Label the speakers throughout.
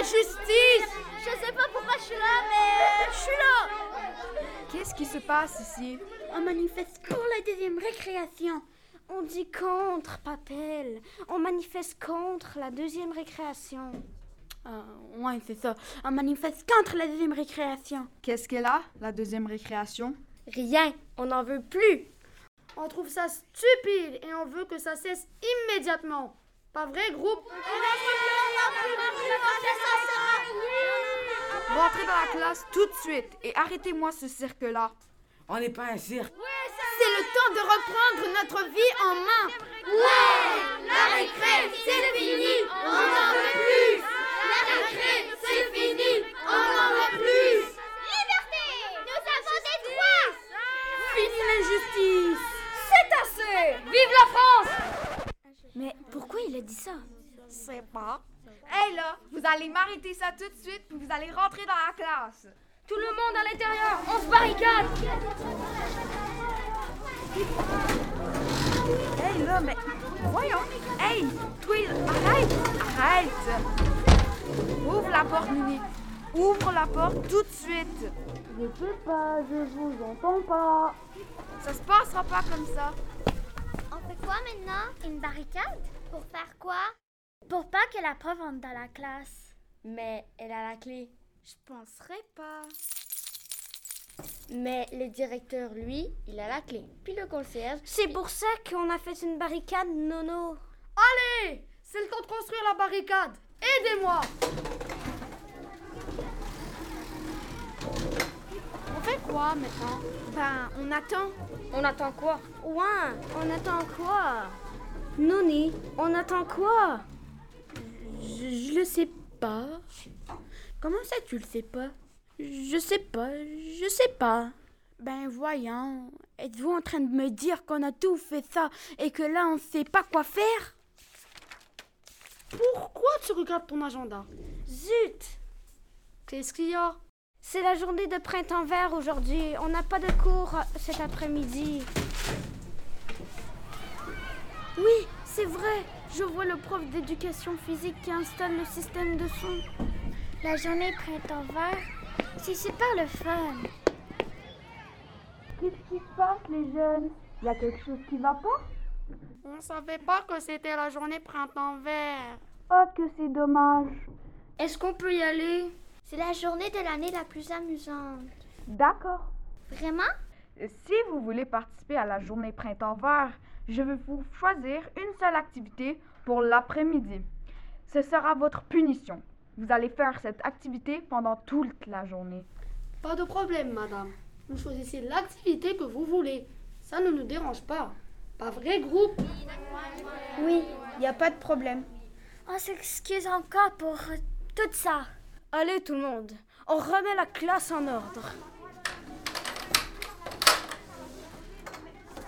Speaker 1: justice
Speaker 2: Je sais pas pourquoi je suis là, mais je suis là
Speaker 1: Qu'est-ce qui se passe ici
Speaker 2: On manifeste pour la deuxième récréation. On dit contre, Papel. On manifeste contre la deuxième récréation. Euh, ouais, c'est ça. On manifeste contre la deuxième récréation.
Speaker 1: Qu'est-ce qu'elle a, la deuxième récréation
Speaker 2: Rien, on n'en veut plus.
Speaker 3: On trouve ça stupide et on veut que ça cesse immédiatement. Pas vrai, groupe
Speaker 1: Rentrez dans la classe tout de suite et arrêtez-moi ce cirque-là.
Speaker 4: On n'est pas un cirque.
Speaker 3: C'est le temps de reprendre notre vie en main.
Speaker 5: Ouais La récré, c'est fini On n'en veut plus La récré, c'est fini On n'en veut plus Liberté Nous avons des droits
Speaker 2: Fini l'injustice
Speaker 6: C'est assez Vive la France
Speaker 2: Mais pourquoi il a dit ça
Speaker 6: C'est pas. Hey là, vous allez m'arrêter ça tout de suite, puis vous allez rentrer dans la classe.
Speaker 7: Tout le monde à l'intérieur, on se barricade.
Speaker 1: Hey là, mais voyons. Hey, Twill, arrête, arrête. Ouvre la porte, Mini. Ouvre la porte tout de suite.
Speaker 8: Je peux pas, je vous entends pas.
Speaker 1: Ça se passera pas comme ça.
Speaker 9: On fait quoi maintenant Une barricade Pour faire quoi
Speaker 2: Pour pas que la prof entre dans la classe.
Speaker 10: Mais elle a la clé.
Speaker 2: Je penserais pas.
Speaker 10: Mais le directeur, lui, il a la clé. Puis le concierge.
Speaker 2: C'est pour ça qu'on a fait une barricade, Nono.
Speaker 3: Allez C'est le temps de construire la barricade. Aidez-moi
Speaker 1: On fait quoi maintenant
Speaker 3: Ben, on attend.
Speaker 10: On attend quoi
Speaker 2: Ouais, on attend quoi Noni, on attend quoi
Speaker 10: je, je le sais pas.
Speaker 2: Comment ça tu le sais pas je sais pas, je sais pas. Ben voyons, êtes-vous en train de me dire qu'on a tout fait ça et que là on sait pas quoi faire
Speaker 3: Pourquoi tu regardes ton agenda
Speaker 2: Zut
Speaker 3: Qu'est-ce qu'il y a
Speaker 2: C'est la journée de printemps vert aujourd'hui, on n'a pas de cours cet après-midi. Oui, c'est vrai, je vois le prof d'éducation physique qui installe le système de son.
Speaker 9: La journée printemps vert c'est super le fun.
Speaker 8: Qu'est-ce qui se passe, les jeunes Y a quelque chose qui va pas
Speaker 3: On savait pas que c'était la journée printemps vert.
Speaker 8: Oh, que c'est dommage.
Speaker 3: Est-ce qu'on peut y aller
Speaker 9: C'est la journée de l'année la plus amusante.
Speaker 1: D'accord. Euh,
Speaker 9: Vraiment
Speaker 1: Si vous voulez participer à la journée printemps vert, je vais vous choisir une seule activité pour l'après-midi. Ce sera votre punition. Vous allez faire cette activité pendant toute la journée.
Speaker 3: Pas de problème, madame. Vous choisissez l'activité que vous voulez. Ça ne nous dérange pas. Pas vrai, groupe
Speaker 6: Oui, il n'y a pas de problème.
Speaker 2: On s'excuse encore pour
Speaker 11: euh,
Speaker 2: tout ça.
Speaker 10: Allez, tout le monde, on remet la classe en ordre.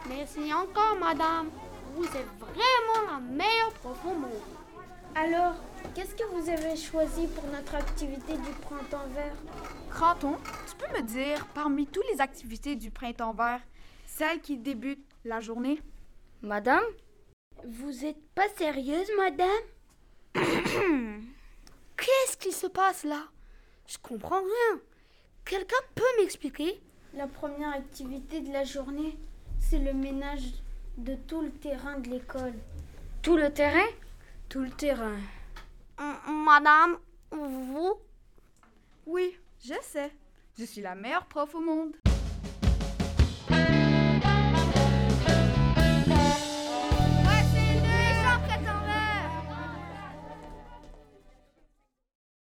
Speaker 3: Merci encore, madame. Vous êtes vraiment la meilleure prof au monde.
Speaker 11: Alors, qu'est-ce que vous avez choisi pour notre activité du printemps vert
Speaker 1: Cranton, tu peux me dire, parmi toutes les activités du printemps vert, celle qui débute la journée
Speaker 10: Madame
Speaker 2: Vous êtes pas sérieuse, madame
Speaker 3: Qu'est-ce qui se passe là Je comprends rien. Quelqu'un peut m'expliquer
Speaker 11: La première activité de la journée, c'est le ménage de tout le terrain de l'école.
Speaker 10: Tout le terrain
Speaker 11: tout le terrain.
Speaker 2: Madame, vous
Speaker 1: Oui, je sais. Je suis la meilleure prof au monde.